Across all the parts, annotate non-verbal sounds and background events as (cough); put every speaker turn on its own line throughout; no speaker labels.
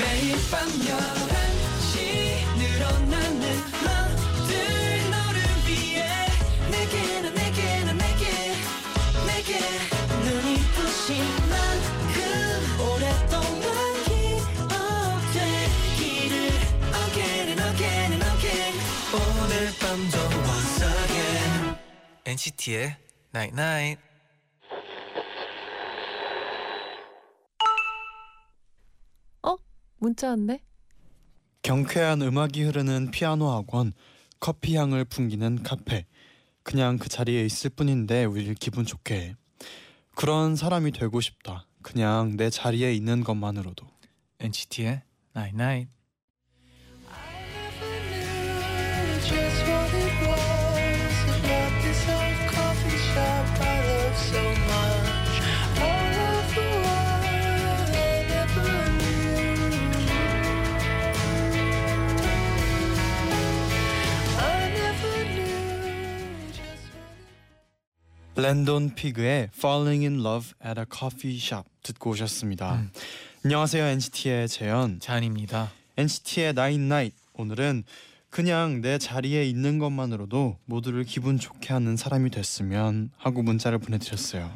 매일 밤 11시 늘어나는 맘들 너를 위해 내게 난 내게 난 내게 내게 눈이 부신 만큼 오랫동안 기억되기를 Again and again and again 오늘 밤도 once again NCT의 Night Night
문자 왔네.
경쾌한 음악이 흐르는 피아노 학원, 커피 향을 풍기는 카페. 그냥 그 자리에 있을 뿐인데 우릴 기분 좋게 해. 그런 사람이 되고 싶다. 그냥 내 자리에 있는 것만으로도.
NCT의 Night Night
랜돈 피그의 Falling in Love at a Coffee Shop 듣고 오셨습니다.
음.
안녕하세요 NCT의 재현,
잔입니다
NCT의 Nine Night. 오늘은 그냥 내 자리에 있는 것만으로도 모두를 기분 좋게 하는 사람이 됐으면 하고 문자를 보내드렸어요.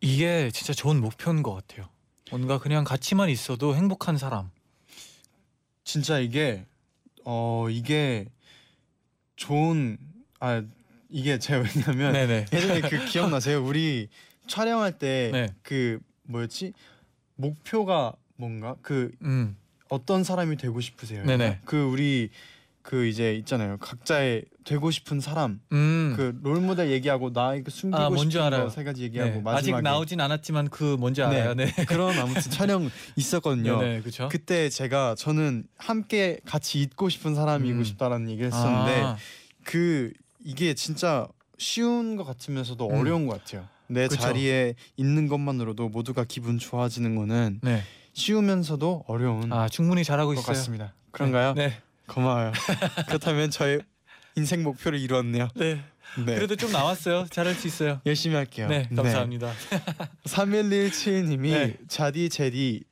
이게 진짜 좋은 목표인 것 같아요. 뭔가 그냥 같이만 있어도 행복한 사람.
진짜 이게 어 이게 좋은 아 이게 제가 왜냐면
네네.
(laughs) 예전에 그 기억나세요? 우리 촬영할 때 그
네.
뭐였지 목표가 뭔가 그
음.
어떤 사람이 되고 싶으세요?
네네.
그 우리 그 이제 있잖아요. 각자의 되고 싶은 사람
음.
그 롤모델 얘기하고 나 이거 숨기고
아, 뭔지
싶은
알아요.
거 세 가지 얘기하고
네.
마지막에
아직 나오진 않았지만 그 뭔지 알아요. 네.
그런 아무튼 (laughs) 촬영
(laughs)
있었거든요.
네네. 그렇죠.
그때 제가 저는 함께 같이 있고 싶은 사람이고
음. 아.
싶다라는 얘기를 했었는데 그 이게 진짜 쉬운 것 같으면서도
음.
어려운 것 같아요. 내
그쵸.
자리에 있는 것만으로도 모두가 기분 좋아지는 거는
네.
쉬우면서도 어려운
아 충분히 잘하고
것
있어요.
같습니다. 그런가요?
네. (laughs)
고마워요. 그렇다면 저의 인생 목표를 이루었네요.
네. 네.
네.
그래도 좀 나왔어요. 잘할 수 있어요.
열심히 할게요.
네. 감사합니다.
3117님이
네.
자디 제디는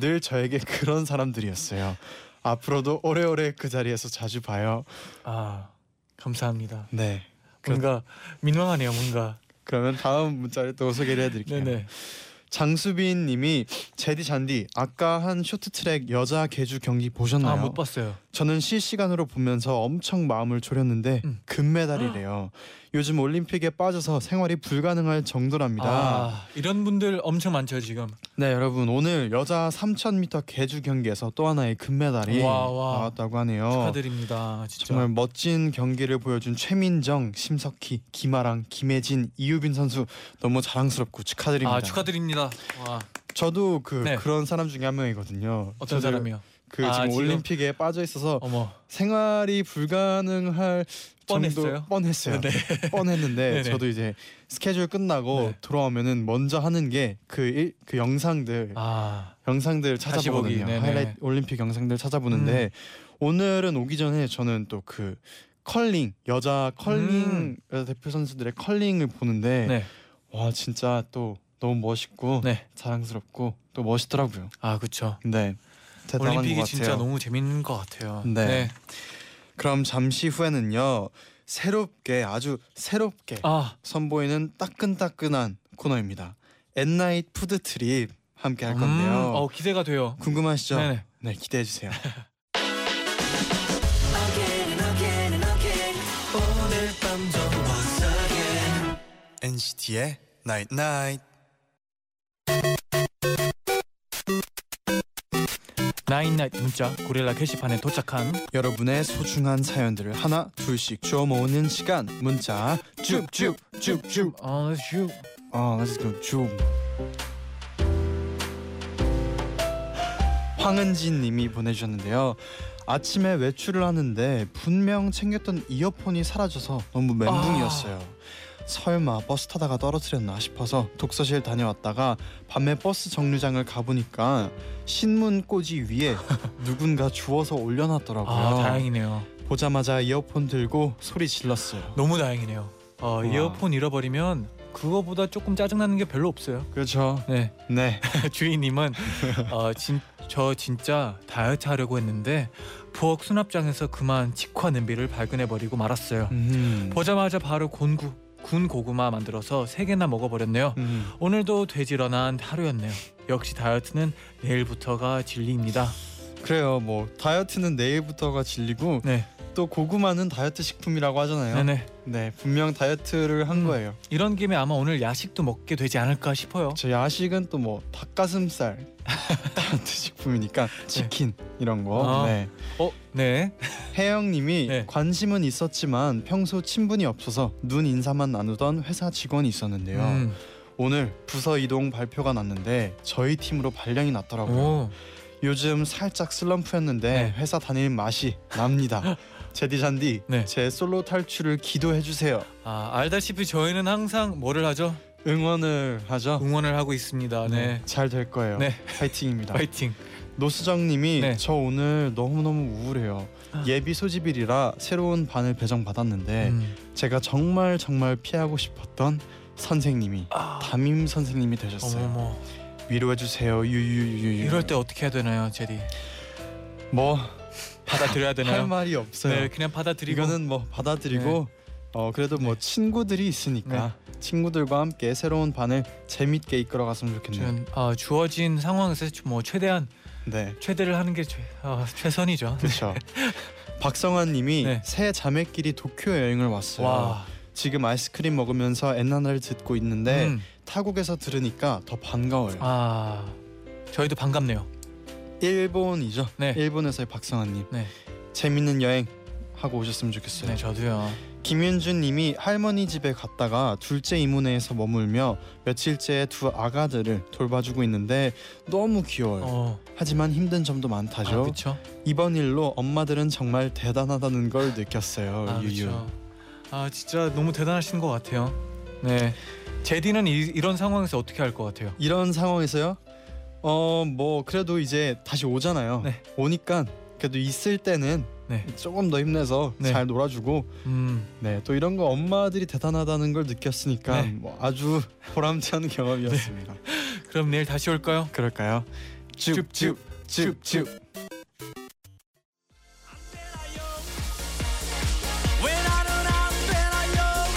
늘 저에게 그런 사람들이었어요. 앞으로도 오래오래 그 자리에서 자주 봐요.
아 감사합니다.
네.
뭔가 민망하네요. 뭔가.
그러면 다음 문자를 또 소개를 해드릴게요.
네네.
장수빈님이 제디 잔디 아까 한 쇼트트랙 여자 개주 경기 보셨나요?
아 못 봤어요.
저는 실시간으로 보면서 엄청 마음을 졸였는데
음.
금메달이래요. 요즘 올림픽에 빠져서 생활이 불가능할 정도랍니다.
아 이런 분들 엄청 많죠 지금.
네 여러분 오늘 여자 3,000m 개주 경기에서 또 하나의 금메달이
와, 와.
나왔다고 하네요.
축하드립니다. 진짜.
어,
아,
정말 멋진 경기를 보여준 최민정, 심석희, 김아랑, 김혜진, 이유빈 선수 너무 자랑스럽고 축하드립니다.
아 축하드립니다. 와
저도 그
네.
그런 사람 중에 한 명이거든요.
어떤
저도
사람이요?
그
아,
지금
지금?
올림픽에 빠져 있어서
어머.
생활이 불가능할
뻔했어요?
정도 뻔했어요.
네.
뻔했는데
(laughs) 네네.
저도 이제 스케줄 끝나고
네.
돌아오면은 먼저 하는 게 그그 그 영상들
아,
영상들
다시
찾아보거든요.
보기, 네네. 음.
하이라이트 올림픽 영상들 찾아보는데 오늘은 오기 전에 저는 또 그 컬링 여자 컬링
음.
여자 대표 선수들의 컬링을 보는데
네.
와 진짜 또 너무 멋있고
네.
자랑스럽고 또 멋있더라고요.
아, 그렇죠.
네. 대단한 것
올림픽이
같아요.
진짜 너무 재밌는 것 같아요.
네. 그럼 잠시 후에는요 새롭게 아주 새롭게
아,
선보이는 따끈따끈한 코너입니다. 엔나잇 푸드 트립 함께 할
음,
건데요.
어, 기대가 돼요.
궁금하시죠?
네네.
네 기대해 주세요. NCT의 나이트 나이트.
나인나잇 문자 고릴라 게시판에 도착한
여러분의 소중한 사연들을 하나 둘씩 주워 모으는 시간 문자 쭉쭉쭉쭉
어, 아슈
아 let's go 쭉 황은진 님이 보내주셨는데요 아침에 외출을 하는데 분명 챙겼던 이어폰이 사라져서 너무 멘붕이었어요
아.
설마 버스 타다가 떨어뜨렸나 싶어서 독서실 다녀왔다가 밤에 버스 정류장을 가보니까 신문 꽂이
(laughs)
위에 누군가 주워서 올려놨더라고요
아, 다행이네요.
보자마자 이어폰 들고 소리 질렀어요.
너무 다행이네요. 어,
우와.
이어폰 잃어버리면 그거보다 조금 짜증나는 게 별로 없어요.
그렇죠.
네
네.
(laughs) 주인님은 어, 진, 저 진짜 다이어트 하려고 했는데 부엌 수납장에서 그만 직화 냄비를 발견해 버리고 말았어요.
음.
보자마자 바로 곤구 군 고구마 만들어서 세 개나 먹어버렸네요.
음.
오늘도 돼지런한 하루였네요. 역시 다이어트는 내일부터가 진리입니다.
그래요. 뭐 다이어트는 내일부터가 진리고
네,
또 고구마는 다이어트 식품이라고 하잖아요.
네네.
네, 분명 다이어트를 한
음.
거예요.
이런 김에 아마 오늘 야식도 먹게 되지 않을까 싶어요.
저 야식은 또 뭐
(laughs)
닭가슴살 다이어트 식품이니까 치킨 이런 거.
네. 아.
네.
어, 네.
혜영님이
네.
관심은 있었지만 평소 친분이 없어서 눈 인사만 나누던 회사 직원이 있었는데요.
음,
오늘 부서 이동 발표가 났는데 저희 팀으로 발령이 났더라고요.
오,
요즘 살짝 슬럼프였는데
네.
회사 다닐 맛이
(laughs)
납니다. 제디 잔디,
네.
제 솔로 탈출을 기도해 주세요.
아 알다시피 저희는 항상 뭐를 하죠?
응원을 하죠.
응원을 하고 있습니다. 네,
잘 될 거예요.
네.
파이팅입니다.
파이팅.
노수정님이
네.
저 오늘 너무 너무 우울해요.
아.
예비 소집일이라 새로운 반을 배정받았는데
음.
제가 정말 정말 피하고 싶었던 선생님이
아,
담임 선생님이 되셨어요.
어머머.
위로해 주세요. 유유유유.
이럴 때 어떻게 해야 되나요, 제디?
뭐할
받아들여야 되나요?
말이 없어요.
네, 그냥 받아들이고.
이거는 뭐 받아들이고
네.
어 그래도 뭐 친구들이 있으니까 친구들과 함께 새로운 반을 재밌게 이끌어갔으면 좋겠네요.
저는 아, 주어진 상황에서 뭐 최대한
네,
최대를 하는 게 최, 아, 최선이죠. (laughs)
그렇죠. 박성환님이
네.
새 자매끼리 도쿄 여행을 왔어요.
와,
지금 아이스크림 먹으면서 엔나나를 듣고 있는데
음,
타국에서 들으니까 더 반가워요.
아 저희도 반갑네요.
일본이죠.
네.
일본에서의 박성환님.
네.
재밌는 여행 하고 오셨으면 좋겠어요.
네, 저도요.
김윤준님이 할머니 집에 갔다가 둘째 이모네에서 머물며 며칠째 두 아가들을 돌봐주고 있는데 너무 귀여워요.
어,
하지만 힘든 점도
아,
많다죠.
그렇죠.
이번 일로 엄마들은 정말 대단하다는 걸 느꼈어요.
아,
유유.
그렇죠. 아, 진짜 너무 대단하신 것 같아요. 네, 제디는 이, 이런 상황에서 어떻게 할 것 같아요?
이런 상황에서요. 어 뭐 그래도 이제 다시 오잖아요.
네.
오니까 그래도 있을 때는
네.
조금 더 힘내서
네.
잘 놀아주고
음,
네 또 이런 거 엄마들이 대단하다는 걸 느꼈으니까
네.
뭐 아주 보람찬 경험이었습니다.
그럼 내일 다시 올까요?
그럴까요? 쭉, 쭉, 쭉.
When I don't have been I know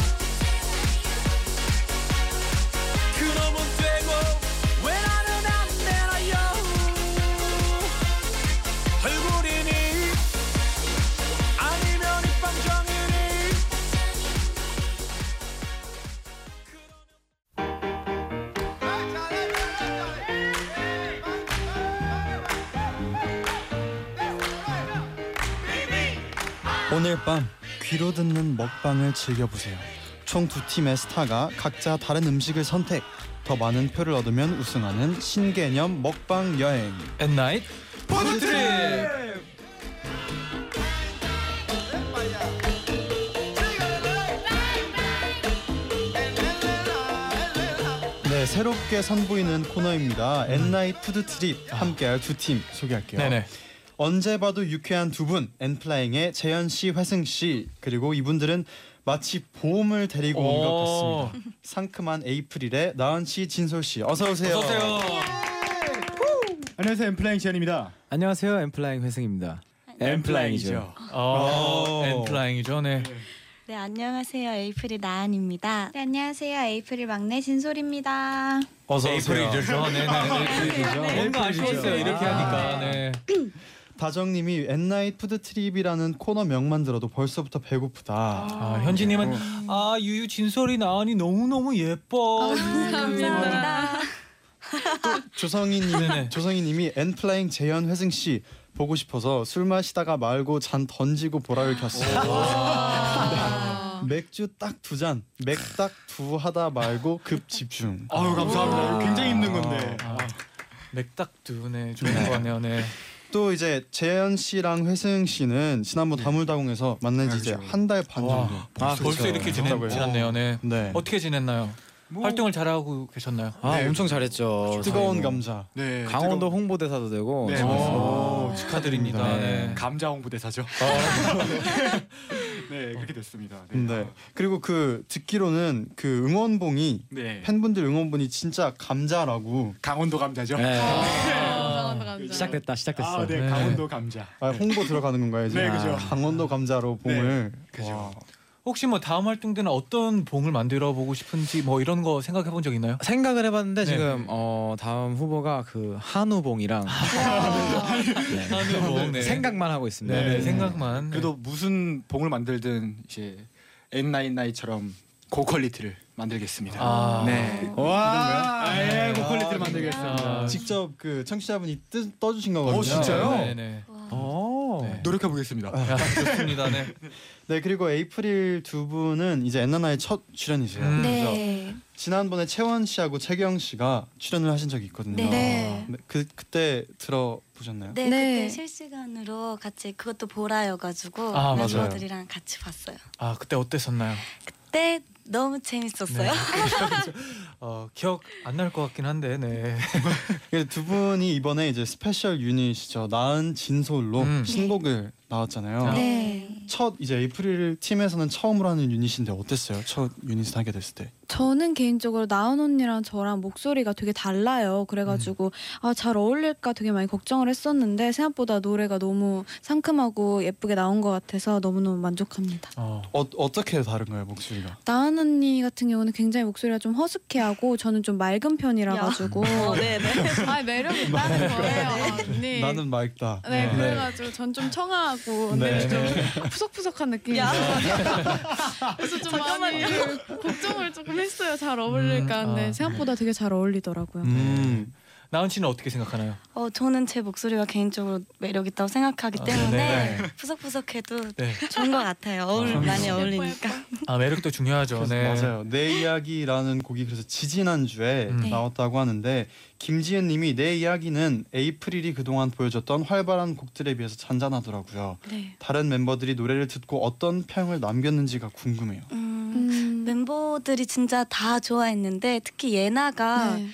그놈은 되고 When I don't have been I know 얼굴이니 아니면 입방정이니
오늘 밤 귀로 듣는 먹방을 즐겨보세요. 총 두 팀의 스타가 각자 다른 음식을 선택. 더 많은 표를 얻으면 우승하는 신개념 먹방 여행.
At night
포드트립! 네, 새롭게 선보이는 코너입니다. 엔나이 푸드 트립 함께할 두 팀 소개할게요.
음. 아. 네네
언제 봐도 유쾌한 두 분, 엔플라잉의 재현 씨, 회승 씨 그리고 이분들은 마치 보험을 데리고 온 것 같습니다. 상큼한 에이프릴의 나은 씨, 진솔 씨, 어서 오세요.
안녕하세요 엠플라잉 지현입니다.
안녕하세요 엠플라잉 회승입니다. 엠플라잉이죠.
어,
오.
엔플라잉이죠 네
네 안녕하세요 에이프릴 나은입니다. 네 안녕하세요 에이프릴 막내 진솔입니다.
어서 오세요.
에이프릴이죠 네네 뭔가 아쉬웠어요 이렇게 하니까 네
다정님이 엔나잇 푸드 트립이라는 코너 명만 들어도 벌써부터 배고프다.
아, 현지님은
네.
아 유유 진솔이 나은이 너무 너무
아,
예뻐.
감사합니다.
아.
조성희님, 조성희님이 엔플라잉 재현 회승 씨 보고 싶어서 술 마시다가 말고 잔 던지고 보라를 켰어요. 네. 맥주 딱 두 잔, 맥 딱 두 하다 말고 급 집중.
아유 감사합니다. 이거 굉장히 힘든 건데.
아, 맥닥두네 좋은 거 같네요. 네.
또 이제 재현 씨랑 회승 씨는
네.
지난번 다물다공에서 만난 지 이제 한 달 반 정도.
와, 아, 벌써 이렇게 지냈,
됐다고요.
지났네요. 네.
네.
어떻게 지냈나요? 활동을 잘하고 계셨나요?
아
네.
엄청 잘했죠.
뜨거운
저희 뭐
감자.
네.
강원도 홍보대사도 되고
네,
네.
어,
맞습니다.
네. 오, 축하드립니다.
네.
네.
감자 홍보대사죠.
(laughs) 네 그렇게 됐습니다. 네.
네. 그리고 그 듣기로는 그 응원봉이
네.
팬분들 응원봉이 진짜 감자라고
강원도 감자죠.
네.
감사합니다,
아.
네.
감사합니다.
시작됐다 시작됐어.
아, 네,
네.
강원도 감자.
아, 홍보 들어가는 건가요? 지금?
네, 그죠. 네.
강원도 감자로 봉을 와.
혹시 뭐 다음 활동 때는 어떤 봉을 만들어 보고 싶은지 뭐 이런 거 생각해 본 적 있나요?
생각을 해봤는데
네.
지금 어, 다음 후보가 그 한우봉이랑 네.
하는 봉. 네.
생각만 하고 있습니다.
네,
네.
생각만.
그래도 무슨 봉을 만들든 이제 N99처럼 고퀄리티를 만들겠습니다.
아.
네.
와,
아, 예,
네.
고퀄리티를 만들겠습니다.
아,
직접 그 청취자분이 뜨, 떠주신 거거든요.
어, 진짜요?
네, 네.
오.
네.
노력해 보겠습니다.
아, 좋습니다. 네.
네 그리고 에이프릴 두 분은 이제 엔나나의 첫 출연이세요.
음.
그래서
네.
지난번에 채원 씨하고 채경 씨가 출연을 하신 적이 있거든요.
네.
네, 그 그때 들어보셨나요?
네,
네.
그때 실시간으로 같이 그것도 보라여가지고
아, 맞아요.
멤버들이랑 같이 봤어요.
아 그때 어땠었나요?
그때 너무 재밌었어요.
어 기억 안 날 것 같긴 한데 네.
그래서 예, 두 분이 이번에 이제 스페셜 유닛이죠. 나은 진솔로
음.
신곡을 나왔잖아요.
네.
첫 이제 에이프릴 팀에서는 처음으로 하는 유닛인데 어땠어요? 첫 유닛을 하게 됐을 때.
저는 개인적으로 나은 언니랑 저랑 목소리가 되게 달라요. 그래가지고 아, 잘 어울릴까 되게 많이 걱정을 했었는데 생각보다 노래가 너무 상큼하고 예쁘게 나온 것 같아서 너무너무 만족합니다.
어.
어, 어떻게 다른가요 목소리가?
나은 언니 같은 경우는 굉장히 목소리가 좀 허스키하고 저는 좀 맑은 편이라
야.
가지고
어, 네, 네.
아 매력 있다는 거예요 아, 언니.
네. 나는 맑다.
네, 그래가지고 전 좀 청아하고
네.
언니 좀 푸석푸석한 느낌이죠.
야. (laughs)
그래서 좀
잠깐만요.
많이 걱정을 조금 했어요. 잘 어울릴까
음,
근데
아.
생각보다 되게 잘 어울리더라고요.
음.
나은 씨는 어떻게 생각하나요?
어, 저는 제 목소리가 개인적으로 매력 있다고 생각하기
아,
때문에 (laughs)
네.
푸석푸석해도
네.
좋은 것 같아요. 어울 많이 어울리니까.
아 매력도 중요하죠.
그래서
네.
맞아요. 내 이야기라는 곡이 그래서 지지난 주에
음.
네.
나왔다고 하는데 김지은님이 내 이야기는 에이프릴이 그동안 보여줬던 활발한 곡들에 비해서 잔잔하더라고요.
네.
다른 멤버들이 노래를 듣고 어떤 평을 남겼는지가 궁금해요.
음,
음,
멤버들이 진짜 다 좋아했는데 특히 예나가
네.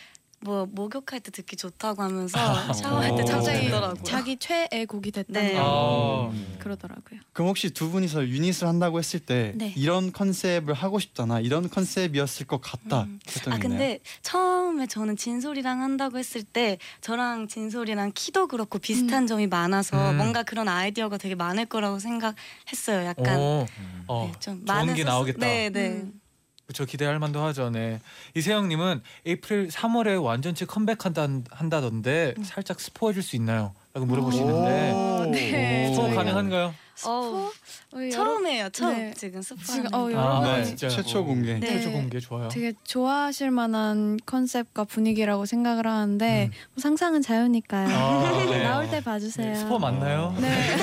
뭐 목욕할 때 듣기 좋다고 하면서
아,
(laughs) 샤워할 때
어.
자주
갑자기
듣더라고요.
네. 자기 최애 곡이
네.
됐다고
아.
그러더라고요.
그럼 혹시 두 분이서 유닛을 한다고 했을 때
네.
이런 컨셉을 하고 싶잖아, 이런 컨셉이었을 것 같다
음.
했던
아
게 있나요?
근데 처음에 저는 진솔이랑 한다고 했을 때 저랑 진솔이랑 키도 그렇고 비슷한 점이 많아서
음.
뭔가 그런 아이디어가 되게 많을 거라고 생각했어요. 약간
오, 어,
네, 좀
좋은 게
소스-
나오겠다.
네, 네.
음.
그쵸 기대할 만도 하죠. 네. 이세영님은 에이프릴 3월에 완전체 컴백한다 한다던데
음.
살짝 스포해줄 수 있나요? 라고 물어보시는데
오.
네,
스포
저희가-
가능한가요?
어,
어, 여러-
처음이에요. 처음
네.
지금 스포.
지금 어, 여러
아,
가지
진짜요?
네. 최초 공개.
네.
최초 공개 좋아요.
되게 좋아하실 만한 컨셉과 분위기라고 생각을 하는데 뭐 상상은 자유니까요. (laughs)
아, 네.
나올 때
네,
봐주세요.
스포 맞나요?
네.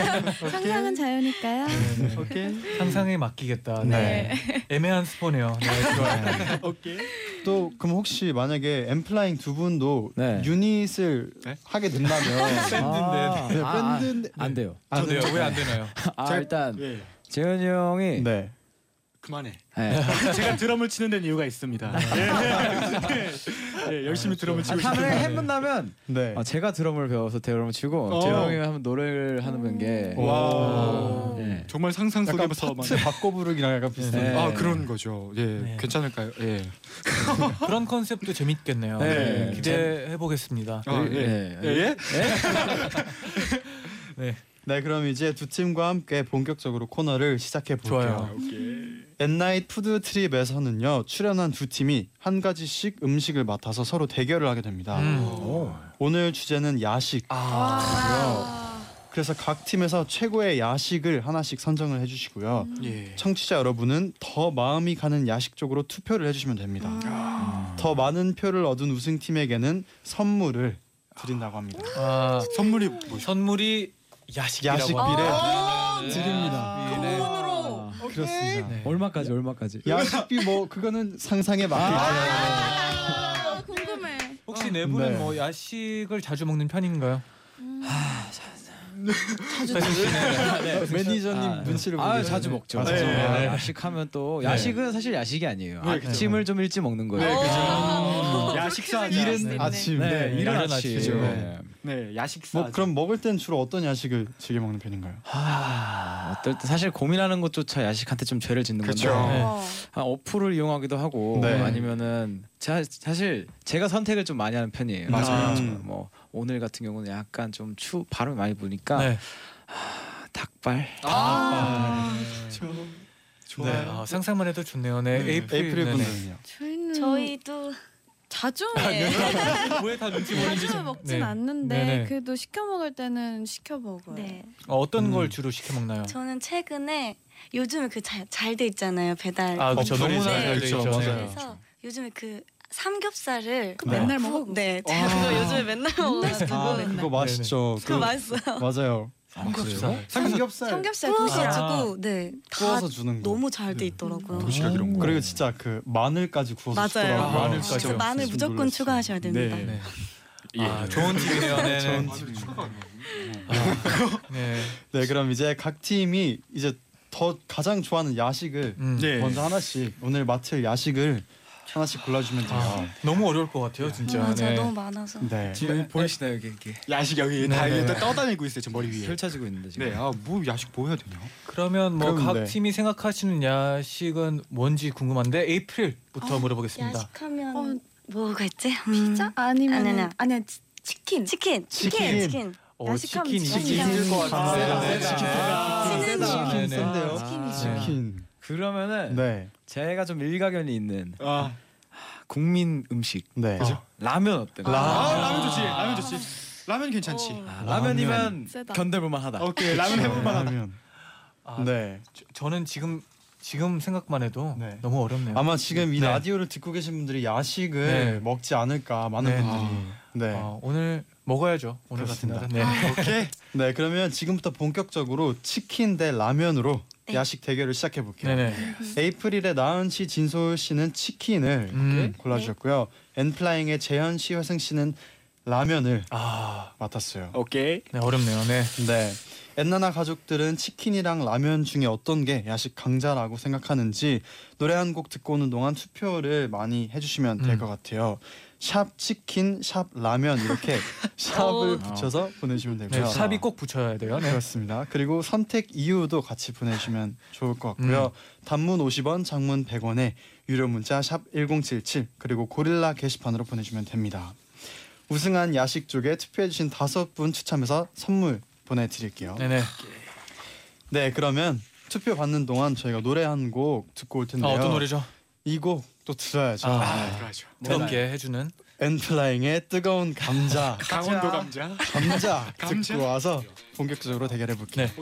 상상은 자유니까요.
네, 네.
오케이.
상상에 맡기겠다.
네.
네. 애매한 스포네요. 네, 좋아요.
오케이.
또 그럼 혹시 만약에 엠플라잉 두 분도
네.
유닛을
네?
하게
(laughs)
된다면
아,
밴드인데.
아, 아,
밴드인데.
안 돼요.
아,
저도요. 왜 안 되나요?
아
잘-
일단
네.
재현이 형이 네.
네.
그만해. 제가 드럼을 치는 데는 이유가 있습니다. 예. 예, 열심히 드럼을 치고
아,
있습니다.
을 해본다면
네.
아, 제가 드럼을 배워서 드럼을 치고
어.
재현이 형이 하면 노래를 하는 게
와.
네.
정말 상상
약간
속에서 막
파트 바꿔 부르기랑 약간 비슷한.
네.
아, 그런 거죠. 예.
네.
괜찮을까요? 예.
그런 컨셉도 재밌겠네요.
네.
네, 기대해 보겠습니다.
아, 예.
네.
예. 예?
네, 그럼 이제 두 팀과 함께 본격적으로 코너를 시작해
좋아요.
볼게요.
오케이.
엔나잇 푸드 트립에서는요. 출연한 두 팀이 한 가지씩 음식을 맡아서 서로 대결을 하게 됩니다.
음.
어.
아.
오늘 주제는 야식.
아,
그래서 각 팀에서 최고의 야식을 하나씩 선정을 해 주시고요.
음.
예.
청취자 여러분은 더 마음이 가는 야식 쪽으로 투표를 해 주시면 됩니다.
아.
더 많은 표를 얻은 우승팀에게는 선물을 드린다고 합니다.
아,
선물이 뭐죠?
선물이 야식이라고
야식
합니다.
비례
네.
드립니다.
네.
돈으로
그렇습니다.
네.
얼마까지 얼마까지?
야식비 뭐 그거는 상상에 맡기잖아요.
궁금해.
혹시 내부는
네.
뭐 야식을 자주 먹는 편인가요?
매니저님
아,
눈치를 보고
아 네.
계시네.
자주 먹죠.
아,
자주.
네.
아, 야식하면 또 야식은 사실 야식이 아니에요.
네,
아침을 좀 일찍 먹는 거예요.
네, 그죠.
아,
야 식사
이른 아침.
네, 이른
이른
아침.
아침이죠.
네.
네 야식사.
뭐 그럼 먹을 땐 주로 어떤 야식을 즐겨 먹는 편인가요?
아, 어떨 때 사실 고민하는 것조차 야식한테 좀 죄를 짓는 건데
그쵸.
네.
어.
아, 어플을 이용하기도 하고
네.
아니면은 자, 사실 제가 선택을 좀 많이 하는 편이에요.
맞아요.
저, 뭐 오늘 같은 경우는 약간 좀 추 바람이 많이
아.
부니까
네.
닭발.
아,
아,
네. 아, 상상만 해도 좋네요. 네. 에이프릴,
에이프릴
네네.
분들은요.
음.
저희는
저희도
자주
아, 왜다 눈치 보는지.
자주
좀-
먹진
네.
않는데
네네.
그래도 시켜 먹을 때는 시켜 먹어요.
네
어, 어떤
음.
걸 주로 시켜 먹나요?
저는 최근에 요즘에 그 잘 잘 돼 있잖아요 배달.
아,
그쵸. 너무나
잘
네,
돼
있죠.
그쵸.
맞아요.
그래서 요즘에 그 삼겹살을
그거 맨날 먹어.
네 제가 그거 요즘에 맨날 먹어가지고
아 그거 맛있죠.
네. 그거 맛있어요.
맞아요.
삼겹살.
삼겹살
아,
삼겹살 도시락.
구워가지고 네다
구워서 주는 거.
너무 잘 돼 있더라고요.
도시락 이런 거. 그리고 진짜 그 마늘까지 구워서
맞아요.
주더라고요.
아, 마늘까지요.
그래서 마늘
좀
무조건
놀랐어요.
추가하셔야 됩니다.
네.
네. 아, 좋은 팁이네요. 네.
좋은
네.
팁입니다.
네.
네 그럼 이제 각 팀이 이제 더 가장 좋아하는 야식을
음.
네.
먼저 하나씩 오늘 맡을 야식을 하나씩 골라주면 돼요.
아,
아.
너무 어려울 것 같아요, 진짜.
맞아요
네.
너무 많아서.
음, 네.
지금 보이시나요 여기 이렇게
야식 여기
네,
다
네,
이게 다
네.
떠다니고 있어요 저 머리 위에.
펼쳐지고 있는데 지금.
네. 아뭐 야식 뭐 해야 되냐?
그러면 뭐
그럼,
각
네.
팀이 생각하시는 야식은 뭔지 궁금한데 에이프릴부터 물어보겠습니다.
야식하면
어.
뭐가 있지? 피자?
진짜 아니면
아니야, 아니야.
아니야 아니야 치- 치킨.
치킨.
치킨.
치킨.
어,
야식하면
치킨이
치킨이
치킨.
힘들 것
같은데.
아, 네, 네.
치킨.
치킨.
치킨
네, 네.
센데요.
네.
아, 치킨.
그러면은
네.
제가 좀 일가견이 있는
아,
국민 음식
네.
라면 어때요?
아,
라.
라면 좋지. 라면 좋지. 라면 어, 괜찮지.
어.
아,
아, 라면이면
세다.
견뎌볼만하다.
오케이 라면 해볼만.
하면.
아,
네.
저- 저는 지금 지금 생각만 해도
네.
너무 어렵네요.
아마 지금 이
네.
라디오를 듣고 계신 분들이 야식을
네.
먹지 않을까 많은
네.
분들이. 네.
아.
어, 오늘 먹어야죠. 오늘
그렇습니다.
같은 날은. 네.
오케이. (laughs) 네, 그러면 지금부터 본격적으로 치킨 대 라면으로
네.
야식 대결을 시작해 볼게요.
네네.
에이프릴의 나은 씨, 진솔 씨는 치킨을 네,
음.
골라 주셨고요. 엔플라잉의 재현 씨, 화승 씨는 라면을
아,
맡았어요.
오케이.
네 어렵네요. 네.
네. 엔나나 가족들은 치킨이랑 라면 중에 어떤 게 야식 강자라고 생각하는지 노래 한 곡 듣고 오는 동안 투표를 많이 해주시면 될
음.
것 같아요. 샵 치킨, 샵 라면 이렇게 샵을 붙여서 보내주시면 되고요.
어. 네, 샵이 꼭 붙여야 돼요. 네.
그렇습니다. 그리고 선택 이유도 같이 보내주시면 좋을 것 같고요. 단문 50원, 장문 100원에 유료 문자 샵 #1077 그리고 고릴라 게시판으로 보내주면 됩니다. 우승한 야식 쪽에 투표해주신 다섯 분 추첨해서 선물 보내드릴게요. 네,
네네.
그러면 투표 받는 동안 저희가 노래 한 곡 듣고 올
아,
텐데요.
어떤 노래죠?
이 곡 또 들어야죠.
아,
아, 들어가죠.
뜨겁게 해주는.
엔플라잉의 뜨거운 감자,
강원도 감자.
감자,
감자.
듣고 와서 본격적으로 대결해 볼게요.
네.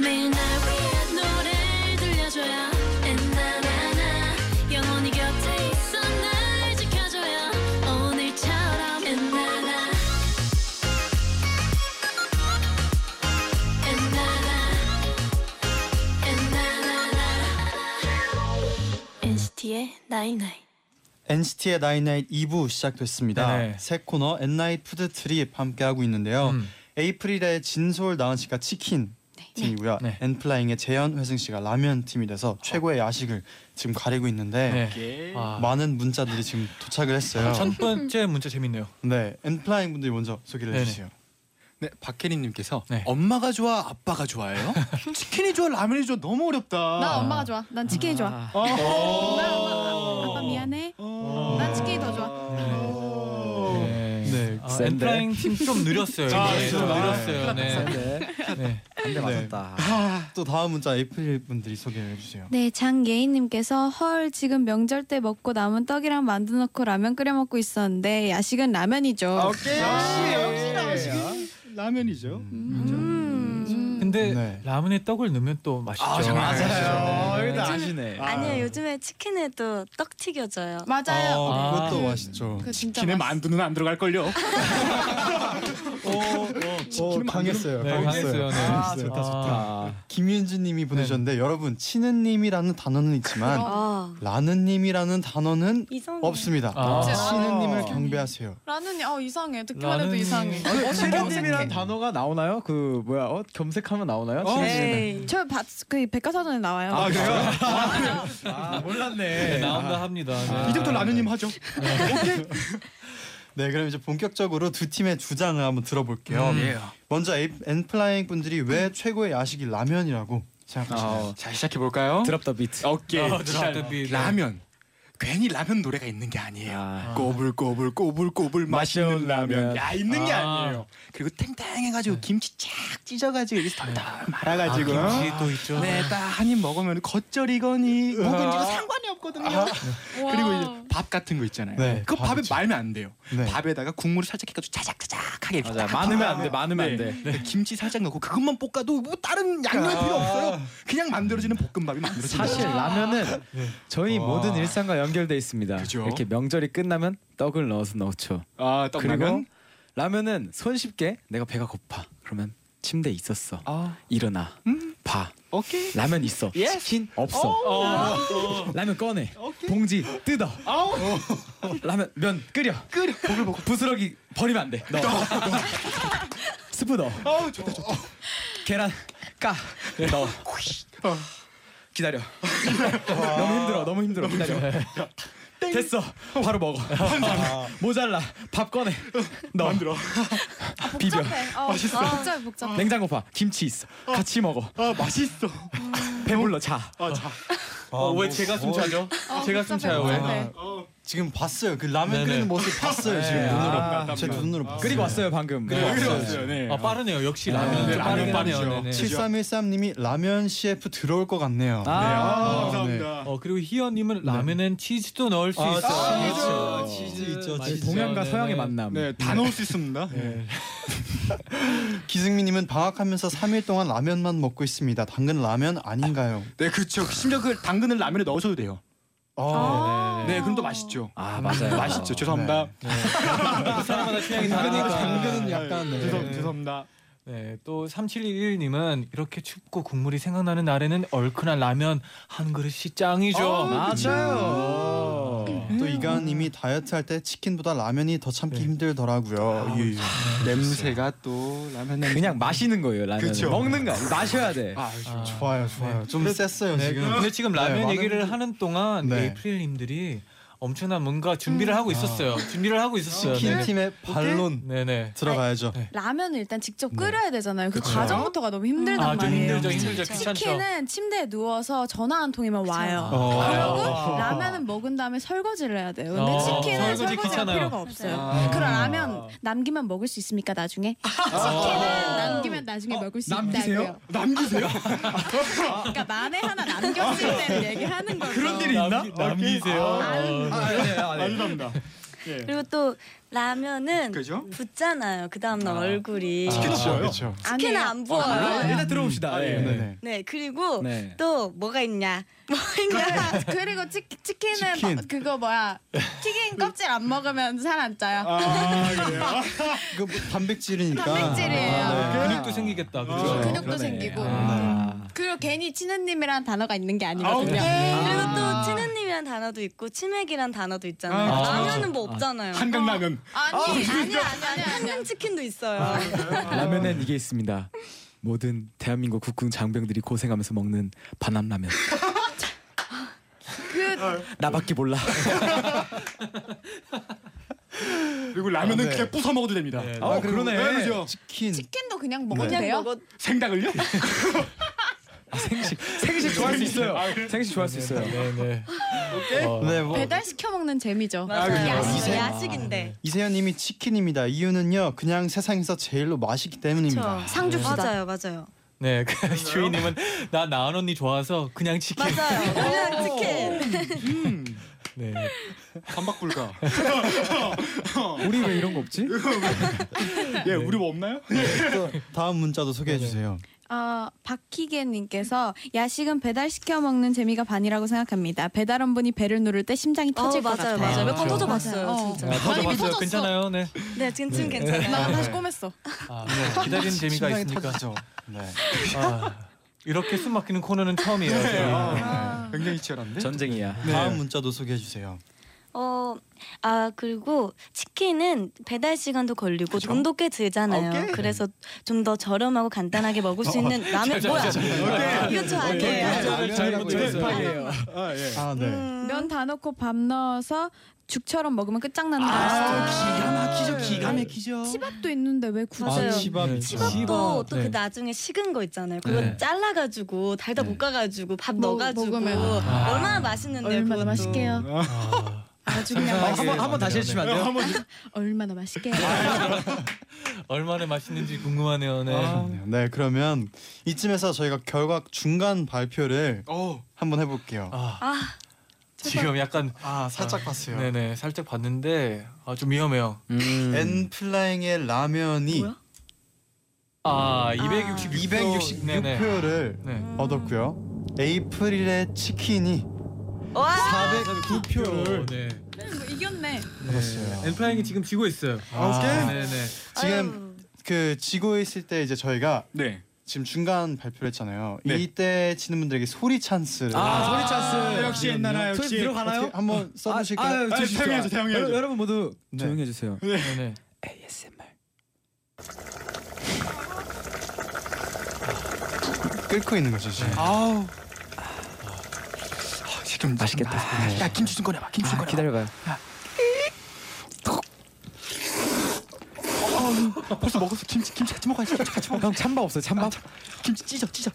매일 날 위한 노래를 들려줘요 엔나나나 영원히 곁에 있어 날 지켜줘요 오늘처럼 엔나나 엔나나 엔나나나 NCT의 나인나인
NCT의 나인나잇 2부 시작됐습니다.
네네.
새 코너 엔나잇 푸드 트립 함께 하고 있는데요.
음.
에이프릴의 진솔 나은 씨가 치킨 팀이고요.
네.
엔플라잉의 재현 회승 씨가 라면 팀이 돼서 최고의 야식을 지금 가리고 있는데
네.
오케이.
아,
많은 문자들이 지금 도착을 했어요.
첫 번째 문자 재밌네요.
네, 엔플라잉 분들이 먼저 소개를
네네.
해주세요.
네, 박혜림님께서
네.
엄마가 좋아, 아빠가 좋아요? 치킨이 좋아, 라면이 좋아, 너무 어렵다.
나 엄마가 좋아. 난 치킨이 좋아. 나 엄마 아빠 미안해. 난 치킨이 더 좋아.
네.
네.
아,
어. 센데.
엔플라잉 팀 좀 느렸어요.
아,
네.
이게. 좀
진짜.
느렸어요. 네. 네.
근데 맞았다.
아,
또 다음 문자 에이프릴 분들이 소개를 해주세요.
네, 장예인님께서 헐 지금 명절 때 먹고 남은 떡이랑 만두 넣고 라면 끓여 먹고 있었는데 야식은
아,
라면이죠.
역시, 역시 라식이 라면이죠.
음.
근데 근데
네.
라면에 떡을 넣으면 또 맛있죠. 네.
아, 정말
네.
네.
어,
맞아요.
요즘은-
여기다 아시네.
아니요 요즘에 치킨에 또 떡 튀겨져요.
맞아요.
아,
그것도
음.
맛있죠.
그 진짜
치킨에
맛있-
만두는 안 들어갈 걸요.
어, 당했어요.
네, 당했어요. 네.
아,
아,
좋다, 좋다. 김윤지님이 보내셨는데 여러분 치느님이라는 단어는 있지만
아
라는님이라는 단어는
이성
없습니다.
아.
치느님을 경배하세요.
라는 어 이상해. 듣기만 해도
라는-
이상해.
아니,
검색해.
체류님이란 단어가 나오나요? 그 뭐야? 어, 검색하면 나오나요?
어, 네.
에이.
저봤그 백과사전에 나와요.
아 그래요?
아,
네,
몰랐네.
나온다 합니다. 네.
이제부터
아,
라면님 하죠.
네, 그럼 이제 본격적으로 두 팀의 주장을 한번 들어볼게요. 네.
음.
먼저 에이- 엔플라잉 분들이 왜 최고의 야식이 라면이라고 아, 생각하시나요?
자 시작해 볼까요?
드랍 더 비트.
어깨
아,
잘.
드랍 더 비트.
라면. 괜히 라면 노래가 있는 게 아니에요.
아.
꼬불꼬불 꼬불꼬불 맛있는
맛있는 라면.
라면. 야 있는 게
아.
아니에요. 그리고 탱탱해가지고 김치 쫙 찢어가지고 이렇게
네.
덜덜 말아가지고.
김치 또 있죠. 아,
네, 딱 한 입 먹으면 겉절이거니
네. 아.
뭐건지는 상관이 없거든요. 네. 그리고 이제 밥 같은 거 있잖아요.
네,
그거
밥
밥에
있죠.
말면 안 돼요.
네.
밥에다가 국물을 살짝 해가지고 자작자작하게 이렇게
맞아.
딱
많으면 안
볶아요.
돼. 많으면 안 돼.
네. 김치 살짝 넣고 그것만 볶아도 뭐 다른 양념 필요 없어요. 그냥 만들어지는 볶음밥이 만들어진다.
사실
(laughs)
라면은 저희
와.
모든 일상과 연결돼 있습니다.
네. 그죠.
이렇게 명절이 끝나면 떡을 넣어서 넣죠.
아,
그리고
떡라면.
라면은 손쉽게 내가 배가 고파. 그러면 침대에 있었어.
아,
일어나. 봐.
오케이.
라면 있어.
Yes.
치킨 없어. 라면 꺼내. 봉지 뜯어. 라면 면 끓여. 끓여. 뭐 부스러기 버리면 안 돼. 넣어. 스프 넣어.
아우 좋다 좋다.
계란 까. 넣어. 기다려. 너무 힘들어. 너무 힘들어. 기다려. 됐어. 바로 먹어. 모자라. 밥 꺼내. 넣어. 비벼.
어, 맛있어. 복잡해 복잡해.
냉장고 봐. 김치 있어. 같이 먹어.
아 맛있어.
배불러 자.
아 자.
어, 왜 제가 숨차죠?
어,
제가
복잡해,
숨차요 왜?
복잡해.
지금 봤어요. 그 라면 끓이는 (laughs) 모습 봤어요. 지금
네.
눈으로.
아,
제 눈으로 봤어요.
끓이고 왔어요 방금.
네, 여기로 왔어요. 네.
아 빠르네요. 역시 라면
네,
좀
라면
빠르긴
빠르죠.
하네요. 네, 네.
7313님이 라면 CF 들어올 것 같네요.
아,
네.
아,
네.
감사합니다.
어 그리고 희연님은 라면엔 치즈도 넣을 수 있어.
아,
그렇죠.
치즈.
치즈 있죠.
맛있죠.
치즈.
동양과
네네.
서양의 만남.
네, 다 넣을 수 있습니다. 네.
기승민님은 방학하면서 3일 동안 라면만 먹고 있습니다. 당근 라면 아닌가요?
네, 그렇죠. 심지어 그 당근을 라면에 넣으셔도 돼요.
아,
네, 그럼 또 맛있죠.
아 맞아요.
맛있죠. 죄송합니다.
그 사람마다 취향이 다르니까.
네. 당근은 약간 네.
죄송 죄송합니다.
네, 또 3711님은 이렇게 춥고 국물이 생각나는 날에는 얼큰한 라면 한 그릇이 짱이죠.
아,
아.
맞아요.
어,
음.
또 이가은님이 다이어트 할 때 치킨보다 라면이 더 참기 힘들더라고요. 예, 예.
네. 냄새가 또 라면 냄새.
그냥 마시는 거예요 라면.
그쵸.
먹는 거 아니에요. 마셔야 돼.
아,
아.
네, 좋아요, 좋아요. 좀 셌어요
네,
지금.
근데 지금 라면
많은
얘기를 하는 동안
네. 음.
에이프릴님들이 엄청난 뭔가 준비를 하고 있었어요. 준비를 하고 있었어요.
치킨
네.
팀의 반론
네네.
들어가야죠.
라면을 일단 직접 끓여야 되잖아요. 그 과정부터가 너무 힘들단
아 좀
말이에요.
힘들죠, 힘들죠, 귀찮죠.
치킨은 침대에 누워서 전화 한 통이면 와요.
그렇죠. 어.
그리고 라면은 먹은 다음에 설거지를 해야 돼요. 근데
어,
치킨은
설거지
설거지할
귀찮아요.
필요가 없어요. 그럼 라면 남기면 먹을 수 있습니까 나중에?
아.
치킨은 남기면 나중에 먹을 수
남기세요?
있다고요.
남기세요?
그러니까 만에 하나 남겼을 때를 얘기하는 거죠.
아, 그런 일이 있나?
남기- 남기세요.
아, 아니, 아니, 아니.
어,
아닙니다.
그리고 또 라면은
그죠?
붓잖아요. 그 다음 날 얼굴이
그렇죠.
치킨은 안
아,
부어요.
일단 들어봅시다. 예.
네. 네.
네
어,
그리고
네.
또 뭐가 있냐? 뭐 있냐?
그러니까 그리고 치, 치킨은
치킨.
뭐- 그거 뭐야 튀긴 껍질 안 먹으면 살 안 쪄요.
아, (laughs) 그래요.
그뭐 단백질이니까.
네.
단백질이에요.
아, 네.
아,
근육도 생기겠다. 그렇죠.
근육도
어, 그러네.
생기고
아.
그리고 괜히 치느님이란 단어가 있는 게 아니거든요.
그리고 또 치느님이란 단어도 있고 치맥이란 단어도 있잖아요.
아,
라면은 뭐 없잖아요.
네. 한강라면.
아니 아니야 아니야 아니야.
한강 치킨도 있어요.
라면엔 이게 있습니다. 모든 대한민국 국군 장병들이 고생하면서 먹는 반함 라면.
그
나밖에 몰라.
그리고 라면은
아, 네.
그냥 부숴 먹어도 됩니다.
네.
아, 그러네.
네, 그렇죠.
치킨.
치킨도 그냥 먹어도
그냥
돼요?
먹어도
생닭을요?
생식 생식 좋아할 수 있어요. 생식 좋아할 수 있어요.
네네. 어,
네, 뭐
배달 시켜 먹는 재미죠.
맞아요. 그렇죠. 아, 네. 야식,
이세-
야식인데.
이세현님이 치킨입니다. 이유는요, 그냥 세상에서 제일로 맛있기 때문입니다.
네. 상주수다. 맞아요, (laughs) 맞아요.
네, 그 주인님은 나 나은 언니 좋아서 그냥 치킨.
맞아요. 그냥 치킨.
네.
반박불가.
우리 왜 이런 거 없지?
예, 우리 뭐 없나요?
네, 또 다음 문자도 소개해 주세요.
아 박희계님께서 야식은 배달 시켜 먹는 재미가 반이라고 생각합니다. 배달원분이 배를 누를 때 심장이 터질 것
어,
같아요.
맞아요, 맞아요. 몇 번
그렇죠.
터져봤어요,
맞아요.
진짜.
아,
많이
터져봤어요.
터졌어.
괜찮아요. 네.
네, 지금
네.
괜찮아요.
나 다시 꼬맸어.
아, 네. 기다리는 재미가
심장이
있으니까.
터지죠. 네.
아, 이렇게 숨 막히는 코너는 처음이에요. 네. 저희.
아, 굉장히 치열한데. 네.
전쟁이야.
다음 문자도 소개해 주세요.
어, 아 그리고 치킨은 배달 시간도 걸리고 돈도 꽤 그렇죠. 어, 들잖아요.
아, 오케이.
그래서 좀 더 저렴하고 간단하게 먹을 수 있는 라면 뭐야? 이거 아니에요.
문자를 잘못 들었어요.
아 예.
아 네.
음.
면 다 넣고 밥 넣어서 죽처럼 먹으면 끝장나는 거
기가
아시죠? 네.
막히죠. 기가 막히죠.
치밥도 있는데 왜 굳이?
맞아요.
치밥.
치밥도
치밥,
또 그
네.
나중에 식은 거 있잖아요. 그거
네.
잘라가지고 달다
네.
볶아가지고 밥
먹-
넣어가지고
먹으면.
얼마나 맛있는데
뭐, 얼마나
그것도.
맛있게요.
아,
아주 그냥
상상하게
한번 한번 다시
만드네요.
해주시면 안 돼요?
얼마나 맛있게요.
네. 얼마나 맛있는지 궁금하네요. 네.
네 그러면 이쯤에서 저희가 결과 중간 발표를
어.
한번 해볼게요.
아,
아,
지금 약간
아 살짝 봤어요.
네네 살짝 봤는데 아, 좀 위험해요.
음. 네.
엔플라잉의 라면이
뭐야?
아 266.
266표를
네.
음.
얻었고요. 에이프릴의 치킨이
와.
409표를
네.
이겼네.
얻었어요. 아,
엔프라잉이 지금 지고 있어요.
오케이.
네네.
아!
지금 그 지고 있을 때 이제 저희가
네.
지금 중간 발표를 했잖아요.
네.
이때 치는 분들에게 아, 소리
아,
찬스를
소리 찬스.
역시 옛날에
소리
역시.
들어가나요?
어떻게 한번 써보실까요?
아,
아,
주십시오.
사용해야죠, 사용해야죠.
여러분, 여러분 모두
네.
조용해 주세요.
네네.
ASMR. 아.
끓고 있는 거죠 지금.
아우.
지금 맛있겠다.
아, 야 김치 좀 꺼내봐. 김치 좀
음, 아,
꺼내봐.
기다려봐요.
벌써 먹었어. 김치 김치 같이 먹어야지. 김치 같이 먹어.
형 찬밥 없어요? 찬밥?
김치 찢어 찢어.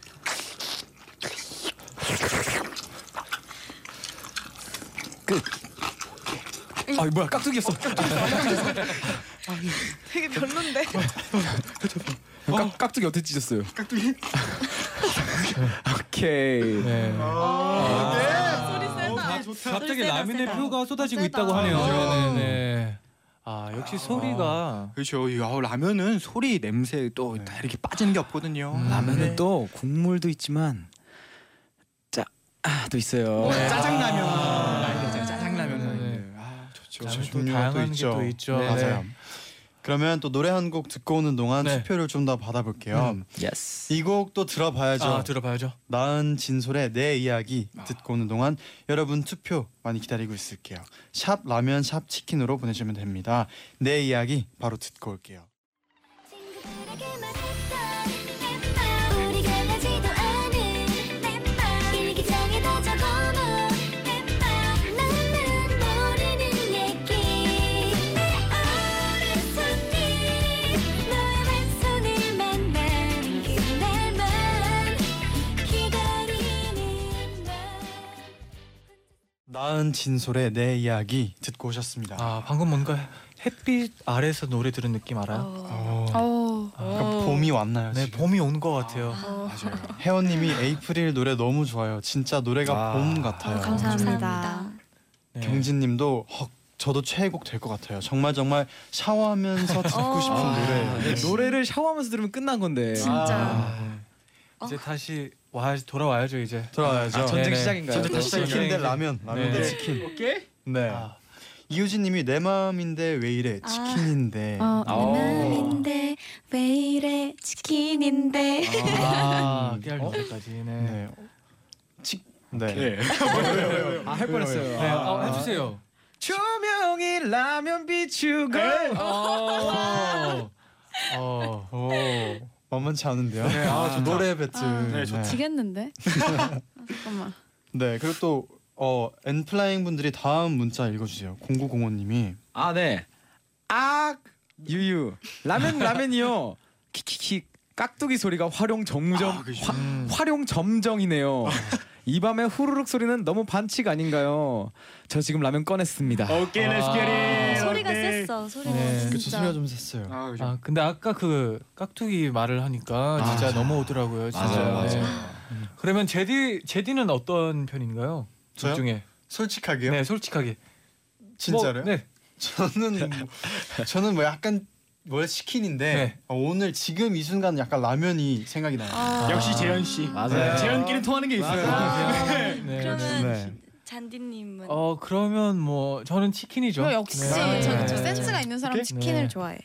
아, 뭐야? 깍두기였어. 아,
되게 별론데.
형, 깍, 깍두기 어떻게 찢었어요? 깍두기? (laughs) 오케이.
네.
아,
아,
소리
아,
어,
세다.
어,
갑자기
술 세다,
라면의
세다.
표가 쏟아지고
세다.
있다고 하네요. 네네. 아 역시 소리가
그렇죠. 이 아우, 라면은 소리 냄새 또 다 이렇게 빠지는 게 없거든요.
라면은 또 국물도 있지만 짜, 아, 또 있어요.
아.
짜장라면.
네.
아,
짜장라면은. 아, 좋죠.
라면 또
종류가
다양한 게또 있죠.
그렇죠. 네. 맞아요. 그러면 또 노래 한 곡 듣고 오는 동안
네. 음.
투표를 좀 더 받아볼게요.
예스.
이 곡 또 들어봐야죠.
아 들어봐야죠. 아.
나은 진솔의 내 이야기 듣고 오는 동안 여러분 투표 많이 기다리고 있을게요. 샵 라면 샵 치킨으로 보내주면 됩니다. 내 이야기 바로 듣고 올게요.
친구들에게 말했어 내맘 우리 갈라지도 않은 내맘 일기장에 다 적어놓은 내맘 나는 모르는 얘기 내 오른손이 너의 왼손을 그 만나 그날만 기다리는 날
나은 진솔의 내 이야기 듣고 오셨습니다.
아 방금 뭔가 햇빛 아래서 노래 들은 느낌 알아요?
어.
어,
어.
약간 그 봄이 왔나요?
네
지금?
봄이 온 것 같아요.
맞아요. 혜원님이 에이프릴 노래 너무 좋아요. 진짜 노래가
아.
봄
어,
같아요.
감사합니다.
네.
경진님도 헉, 저도 최애곡 될 것 같아요. 정말 정말 샤워하면서 듣고 싶은
어.
노래.
네, 노래를 샤워하면서 들으면 끝난 건데.
진짜.
아, 네. 이제 다시 와 돌아와야죠 이제.
돌아와야죠.
아, 전쟁
네네.
시작인가요?
전쟁
치킨
시작이에요.
대 라면, 라면 대
네.
치킨.
오케이.
네.
아,
이효진님이 내 마음인데 왜 이래
아.
치킨인데.
어.
어.
라면인데 왜 이래 치킨인데
아 깨알 노래까지. 네. 네.
네. 치. 네.
(laughs) 아, 할 뻔했어요.
어, 해주세요.
조명이 라면 비추고.
어. 어.
오. 만만치 않은데요. 아, 저 노래 배틀.
아,
네,
(laughs) 지겠는데? 아, 잠깐만.
네, 그리고 또 어, 엔플라잉 분들이 다음 문자 읽어주세요. 0905님이
아, 네. 악 유유. 라면 라면이요. (laughs) 키키키 깍두기 소리가 활용 정정
아, 그
음. 화, 활용 점정이네요. 이 밤의 후루룩 소리는 너무 반칙 아닌가요? 저 지금 라면 꺼냈습니다.
오케이, 렛츠
아.
get it.
소리가
오케이.
셌어 소리가
네.
진짜.
그쵸 소리가 좀 셌어요.
아, 그죠.
아 근데 아까 그 깍두기 말을 하니까 진짜 넘어오더라고요. 진짜.
맞아요,
네.
맞아요.
음. 그러면 제디 제디는 어떤 편인가요? 둘
저요?
중에
솔직하게요?
네 솔직하게
진짜로요?
뭐, 네
저는 저는 뭐 약간 원래 치킨인데
네.
어, 오늘 지금 이 순간 약간 라면이 생각이 나요.
아.
아,
역시 재현 씨.
맞아요.
재현끼리 통하는 게 있어요.
아,
네. 네.
그러면
네.
잔디님은
어 그러면 뭐 저는 치킨이죠.
어, 역시
네.
저, 저
네.
센스가 있는 사람
오케이?
치킨을
네.
좋아해.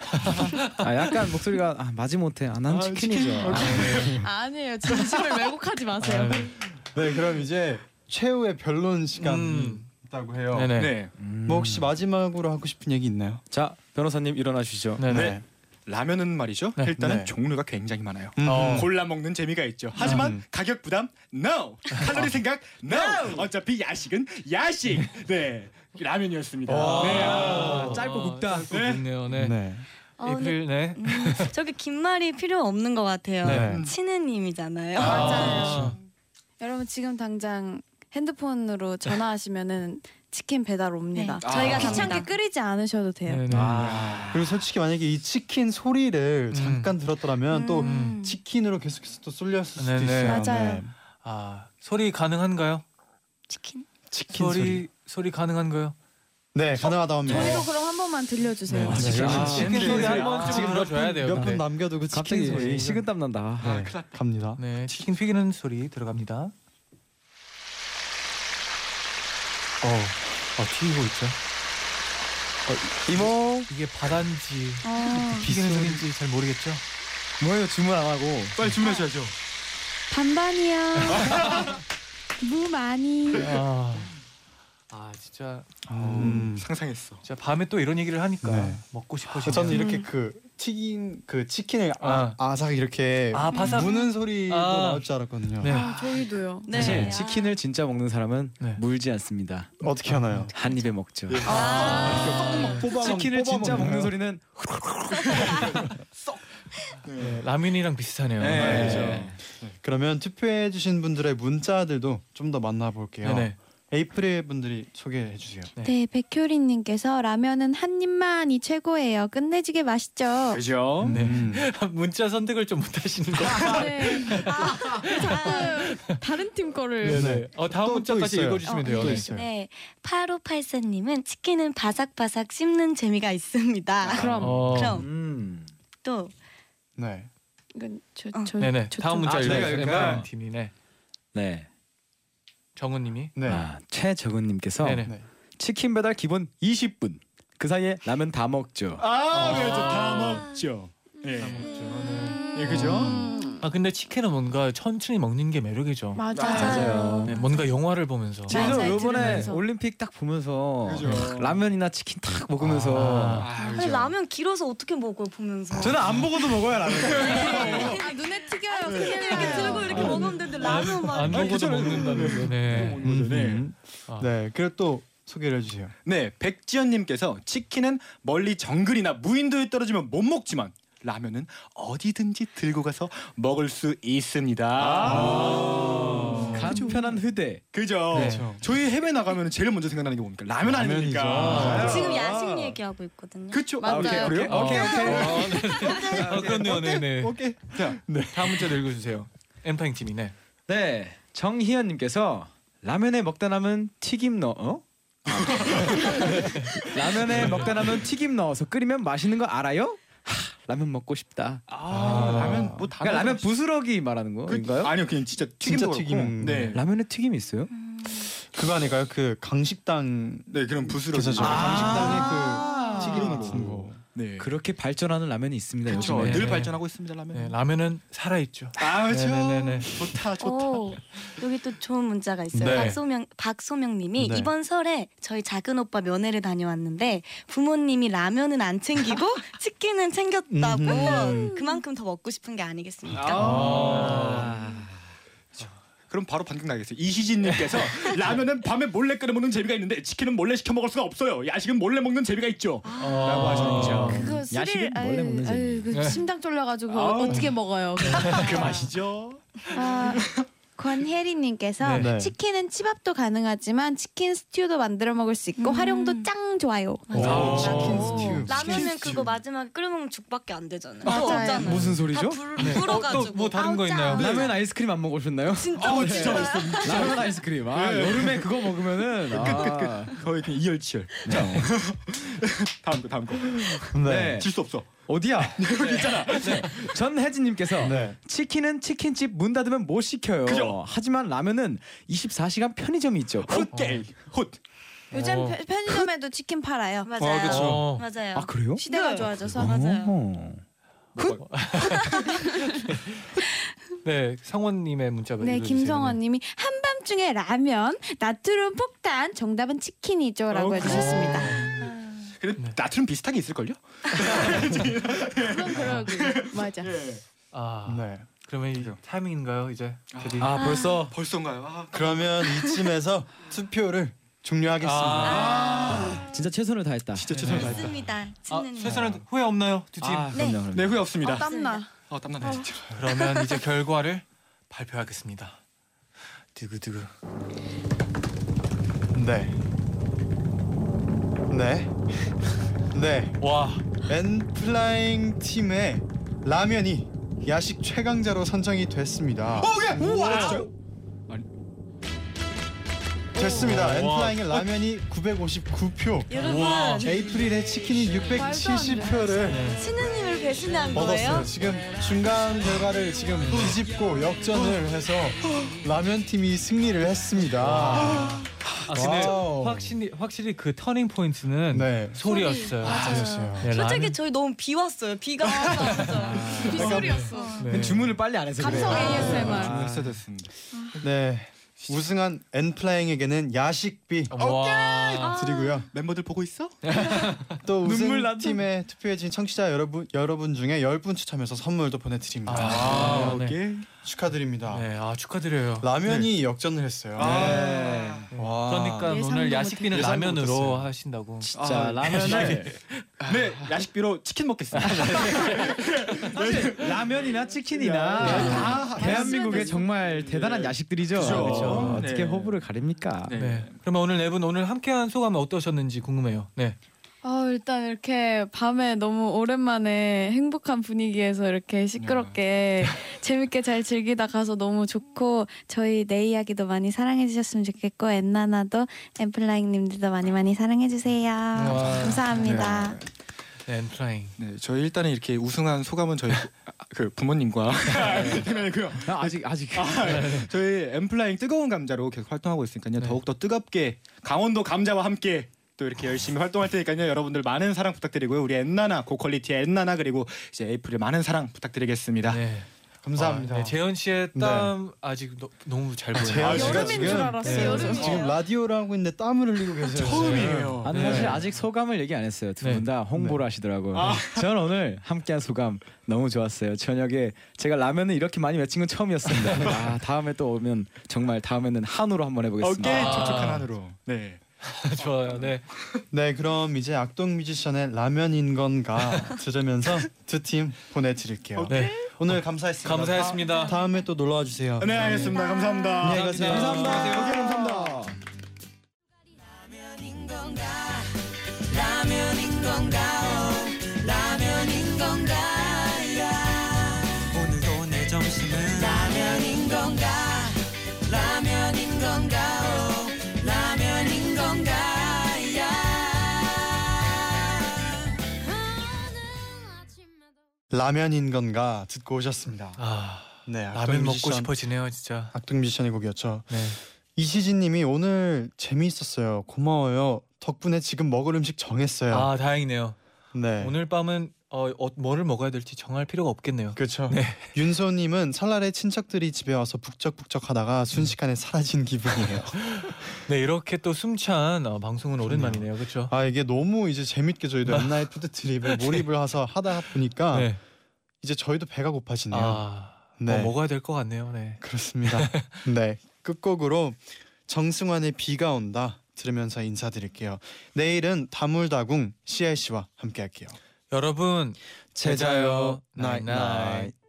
아 약간 목소리가 아, 마지못해 안한
아,
치킨이죠.
치킨.
아,
아니에요. 진심을 왜곡하지 마세요.
네, 그럼 이제 최후의 변론 시간
음.
있다고 해요.
네네.
네.
뭐 혹시 마지막으로 하고 싶은 얘기 있나요?
음. 자 변호사님 일어나 주시죠.
네네.
네.
라면은 말이죠.
네.
일단은
네.
종류가 굉장히 많아요.
어, 골라 먹는 재미가 있죠. 하지만 가격 부담 no, 칼로리 생각 no. 어차피 야식은 야식. 네, 라면이었습니다. 네. 아.
아,
짧고 굵다.
짧고 굵네요. 네.
네.
어, 근데
에이프릴 네.
음, 저렇게 긴 말이 필요 없는 것 같아요.
네.
치느님이잖아요.
맞아요.
여러분 지금 당장 핸드폰으로 전화하시면은 치킨 배달 옵니다.
네, 저희가
귀찮게
갑니다.
끓이지 않으셔도 돼요.
네네.
그리고 솔직히 만약에 이 치킨
아.
소리를
음.
잠깐 들었더라면 또
음.
치킨으로 계속해서 또 쏠렸을 수도
네네.
있어요.
맞아요.
네.
아 소리 가능한가요?
치킨.
치킨 소리.
소리 소리 가능한가요?
네, 가능하다고 합니다.
음. 저희도 그럼 한 번만 들려주세요.
아,
지금
치킨 소리 한 번쯤 아, 들어줘야 돼요.
몇 분
근데. 아,
남겨두고 치킨
갑자기
소리.
식은땀 난다.
네, 갑니다.
네 치킨 튀기는 소리 들어갑니다.
어,
아,
어 튀기고 있죠. 어, 이모.
이게 바란지
아,
어,
튀기는 소리인지 잘 모르겠죠.
뭐예요 주문 안 하고
빨리 주문하셔야죠.
반반이야. 무 많이.
아, 아 진짜
음.
상상했어.
진짜 밤에 또 이런 얘기를 하니까
네.
먹고
아,
싶어지네요.
저는 이렇게 그 튀긴 그 치킨을 아, 아삭 이렇게
아 바삭.
무는 소리도
아.
나올 줄 알았거든요.
네.
아, 저희도요.
네.
사실
아.
치킨을 진짜 먹는 사람은
네.
물지 않습니다.
어떻게 하나요?
한 입에 먹죠. 아,
뽑아
치킨을 진짜 먹는 소리는
네, 라면이랑 비슷하네요.
네.
그죠?
네.
그러면 투표해 주신 분들의 문자들도 좀 더 만나볼게요.
네네.
에이프릴 분들이 소개해 주세요.
네, 백효리님께서 라면은 한 입만이 최고예요. 끝내주게 맛있죠.
그죠?
네.
(laughs)
음.
문자 선택을 좀 못하시는 것 같아요.
네. 자꾸 다른 팀 거를.
네네.
어, 다음
또- 또
문자까지
있어요.
읽어주시면 돼요.
또
네.
있어요.
네. 8584님은 치킨은 바삭바삭 씹는 재미가 있습니다.
그럼
어,
아, 그럼
음.
또
네.
이건 저,
어.
저,
네네.
저,
다음
좀-
문자
아, 저희가
읽어주세요.
읽을까요?
네, 팀이네.
네.
정은님이.
네.
아, 최정은님께서
네네.
네.
치킨 배달 기본 20분. 그 사이에 라면 다 먹죠.
아, 그렇죠. 다 먹죠. 예, 예, 그죠?
아 근데 치킨은 뭔가 천천히 먹는 게 매력이죠.
아, 맞아요.
네, 뭔가 영화를 보면서.
맞아요.
지금 요번에
들으면서.
올림픽 딱 보면서
그죠.
라면이나 치킨 딱 먹으면서
아,
네.
아니, 라면 길어서 어떻게 먹어요 보면서.
저는 안 먹어도 먹어요 라면.
네.
아, 눈에 튀겨요.
그냥 이렇게
아,
들고 이렇게 먹으면 되는데 라면
안, 안
만
먹어도 먹는다는 게. 네.
음, 네.
음. 네. 그리고 또 소개를 해주세요.
네, 백지연님께서 치킨은 멀리 정글이나 무인도에 떨어지면 못 먹지만 라면은 어디든지 들고 가서 먹을 수 있습니다.
간편한 휴대.
그죠?
네.
저희 해외 나가면 제일 먼저 생각나는 게 뭡니까? 라면
라면이죠.
아닙니까?
지금 야식 얘기하고 있거든요.
그쵸?
맞아요.
아, 오케이, 그래요?
오케이 오케이. 아 그렇네요. 네네.
오케이. 자,
다음 문자도 읽어주세요. 엠파잉 팀이네.
네, 정희연님께서 라면에 먹다 남은 튀김 넣어. 어? 라면에 먹다 남은 튀김 넣어서 끓이면 맛있는 거 알아요? 하, 라면 먹고 싶다.
아, 라면 뭐다
그러니까 라면 부스러기 말하는 거인가요?
아니요, 그냥 진짜
진짜
튀김도
튀김.
튀김. 네.
라면에 튀김 이 있어요?
그거 아닐까요? 그 강식당
네, 그럼 부스러기.
아,
그죠? 저
아.
강식당에 그 튀김 같은 거.
네.
그렇게 발전하는 라면이 있습니다.
그렇죠.
요즘에.
네.
늘 발전하고 있습니다, 라면.
네, 라면은 살아 있죠.
아, 그렇죠.
네네네네.
좋다, 좋다.
오, 어, 여기 또 좋은 문자가 있어요.
네.
박소명 박소명님이
네.
이번 설에 저희 작은 오빠 면회를 다녀왔는데 부모님이 라면은 안 챙기고 치킨은 챙겼다고 그만큼 더 먹고 싶은 게 아니겠습니까?
그럼 바로 반격 나겠어요. 이희진님께서 (laughs) 라면은 밤에 몰래 끓여 먹는 재미가 있는데 치킨은 몰래 시켜 먹을 수가 없어요. 야식은 몰래 먹는 재미가 있죠.
아,
어,
라고
어,
하셨죠.
그거
야식은
스릴
원래 먹는
아유, 아유, 그 심장 쫄려가지고
아우.
어떻게 먹어요?
그 맛이죠.
아, 권혜리님께서
네.
치킨은 치밥도 가능하지만 치킨 스튜도 만들어 먹을 수 있고 활용도 짱 좋아요.
오,
치킨
스튜.
라면은 그거 마지막에 끓여먹으면 죽밖에 안 되잖아요.
맞아요.
또 없잖아요.
무슨 소리죠?
다 불,
네.
불어가지고.
또뭐 다른 거
아우,
있나요?
라면 아이스크림 안 먹어보셨나요?
진짜
어,
멋지다.
진짜 맛있어.
라면 아이스크림. 아, 여름에 그거 먹으면은 아.
거의 그냥 이열치열. 다음 거 다음 거.
네.
질 수 없어. (laughs)
어디야?
네,
여기 있잖아. 전혜진님께서
네.
치킨은 치킨집 문 닫으면 못 시켜요.
그죠? 어?
하지만 라면은 24시간 편의점이 있죠.
훗 훗.
요즘
어.
편- 편의점에도 치킨 팔아요.
맞아요.
그쵸. 어.
맞아요.
아 그래요?
시대가
네.
좋아져서
맞아요.
어.
네, 상원님의 문자
네,
읽어주세요.
김성원님이 한밤중에 라면, 나트륨 폭탄, 정답은 치킨이죠라고 해주셨습니다. (laughs)
근데 나트륨 비슷하게 있을걸요?
그건 그러고 맞아.
아,
네.
그러면 이 타이밍인가요 이제? 드디어.
아 벌써
벌써인가요? 아,
그러면 이쯤에서 투표를 종료하겠습니다.
아.
진짜 최선을 다했다.
진짜 죄송합니다.
맞습니다.
아,
찍는 일.
최선을 후회 없나요 두 팀?
아
네.
그럼요 그럼요.
네 후회 없습니다.
아, 땀나.
아 땀나네 진짜.
어, 그러면 이제 결과를 발표하겠습니다. 두구두구.
네. 네. (laughs) 네.
와,
엔플라잉 팀의 라면이 야식 최강자로 선정이 됐습니다.
오케이. 우와.
됐습니다.
오.
엔플라잉의 라면이 959표,
여러분
우와.
에이프릴의 치킨이
돼. 네.
670표를
신우님을 배신한
얻었어요.
거예요?
지금 중간 결과를 지금 뒤집고 역전을 해서 라면 팀이 승리를 했습니다.
아, 근데
와우.
확실히 확실히 그 터닝 포인트는
네.
소리였어요.
그랬어요.
네,
솔직히
라면-
저희 너무 비 왔어요. 비가
아.
와서
빗소리였어.
네.
주문을 빨리 안 해서 그래요.
감성 ASMR.
아, 했어야 됐습니다.
네. 우승한 엔플라잉에게는 야식비
와.
드리고요.
멤버들 보고 있어?
네.
또
눈물 나는-
우승팀에 투표해주신 청취자 여러분 여러분 중에 10분 추첨해서 선물도 보내드립니다.
아, 네.
오케이.
축하드립니다.
네, 아 축하드려요.
라면이 역전을 했어요.
아.
네.
와.
그러니까
예상도
오늘 야식비는
못했어요.
라면으로
예상도 못했어요.
하신다고.
진짜 라면을
아, 네 야식비로 치킨 먹겠습니다. 네.
사실 라면이나 치킨이나
야,
대한민국의 정말 대단한
네.
야식들이죠.
아, 그죠.
그렇죠. 어떻게
네.
호불을 가립니까?
네.
네. 그러면 오늘 네 분 오늘 함께한 소감이 어떠셨는지 궁금해요. 네.
아, 일단 이렇게 밤에 너무 오랜만에 행복한 분위기에서 이렇게 시끄럽게 (laughs) 재밌게 잘 즐기다 가서 너무 좋고 저희 내 이야기도 많이 사랑해 주셨으면 좋겠고 엔나나도 엠플라잉 님들도 많이 많이 사랑해 주세요. 감사합니다.
네, 엔플라잉.
네 저희 일단은 이렇게 우승한 소감은 저희 아, 그 (laughs) 부모님과 그리고요. 네.
아, 아직 아직
저희 엠플라잉 뜨거운 감자로 계속 활동하고 있으니까요
네.
더욱 더 뜨겁게 강원도 감자와 함께 또 이렇게 열심히 활동할 테니까요 여러분들 많은 사랑 부탁드리고요 우리 엔나나 고퀄리티의 엔나나 그리고 이제 에이프릴 많은 사랑
아,
부탁드리겠습니다.
네.
감사합니다.
아, 네, 재현 씨의 땀 아직 너, 너무 잘 보여요. 아,
재현 씨가
여름인
지금
줄 알았어요.
네,
여름이에요.
지금 라디오를 하고 있는데 땀을 흘리고 계세요. 처음이에요.
어, 네.
아니 사실 아직 소감을 얘기 안 했어요. 두 분 다 홍보를 하시더라고요.
아.
전 오늘 함께한 소감 너무 좋았어요. 저녁에 제가 라면을 이렇게 많이 외친
(laughs)
건 처음이었습니다. 아, 다음에 또 오면 정말 다음에는 한우로 한번 해보겠습니다.
어깨
아.
촉촉한 한으로. 네.
좋아요. 네.
네, 그럼 이제 악동 뮤지션의 라면인 건가 들으면서 두 팀 보내드릴게요.
네.
오늘 감사했습니다.
감사했습니다.
다, 음에또 놀러와 주세요.
네 알겠습니다. 감사합니다.
안녕히 가세요.
감사합니다.
오케이, 감사합니다.
라면인 건가 라면인 건가 오, 라면인 건가 야. 오늘도 내 점심은 라면인 건가 라면인 건가 오, 라면인 건가 야.
라면인 건가 듣고 오셨습니다.
아,
네, 악동
라면 먹고
뮤지션,
싶어지네요, 진짜.
악동 뮤지션의 곡이었죠.
네.
이시진님이 오늘 재미있었어요. 고마워요. 덕분에 지금 먹을 음식 정했어요.
아, 다행이네요.
네.
오늘 밤은 어, 어 뭐를 먹어야 될지 정할 필요가 없겠네요.
그렇죠. 윤소님은 설날에 친척들이 집에 와서 북적북적하다가 순식간에
(laughs)
사라진 기분이에요.
네, 이렇게 또 숨찬 어, 방송은 오랜만이네요. 그렇죠?
아 이게 너무 이제 재밌게 저희도 엔나의 푸드
(laughs)
트립에 몰입을 해서 하다 보니까
네.
이제 저희도 배가 고파지네요.
아,
네.
뭐 먹어야 될 것 같네요. 네. (laughs)
그렇습니다. 네. 끝곡으로 정승환의 비가 온다 들으면서 인사드릴게요. 내일은 다물다궁 CRC와 함께할게요.
여러분
아, 네.
제자요 나잇나잇.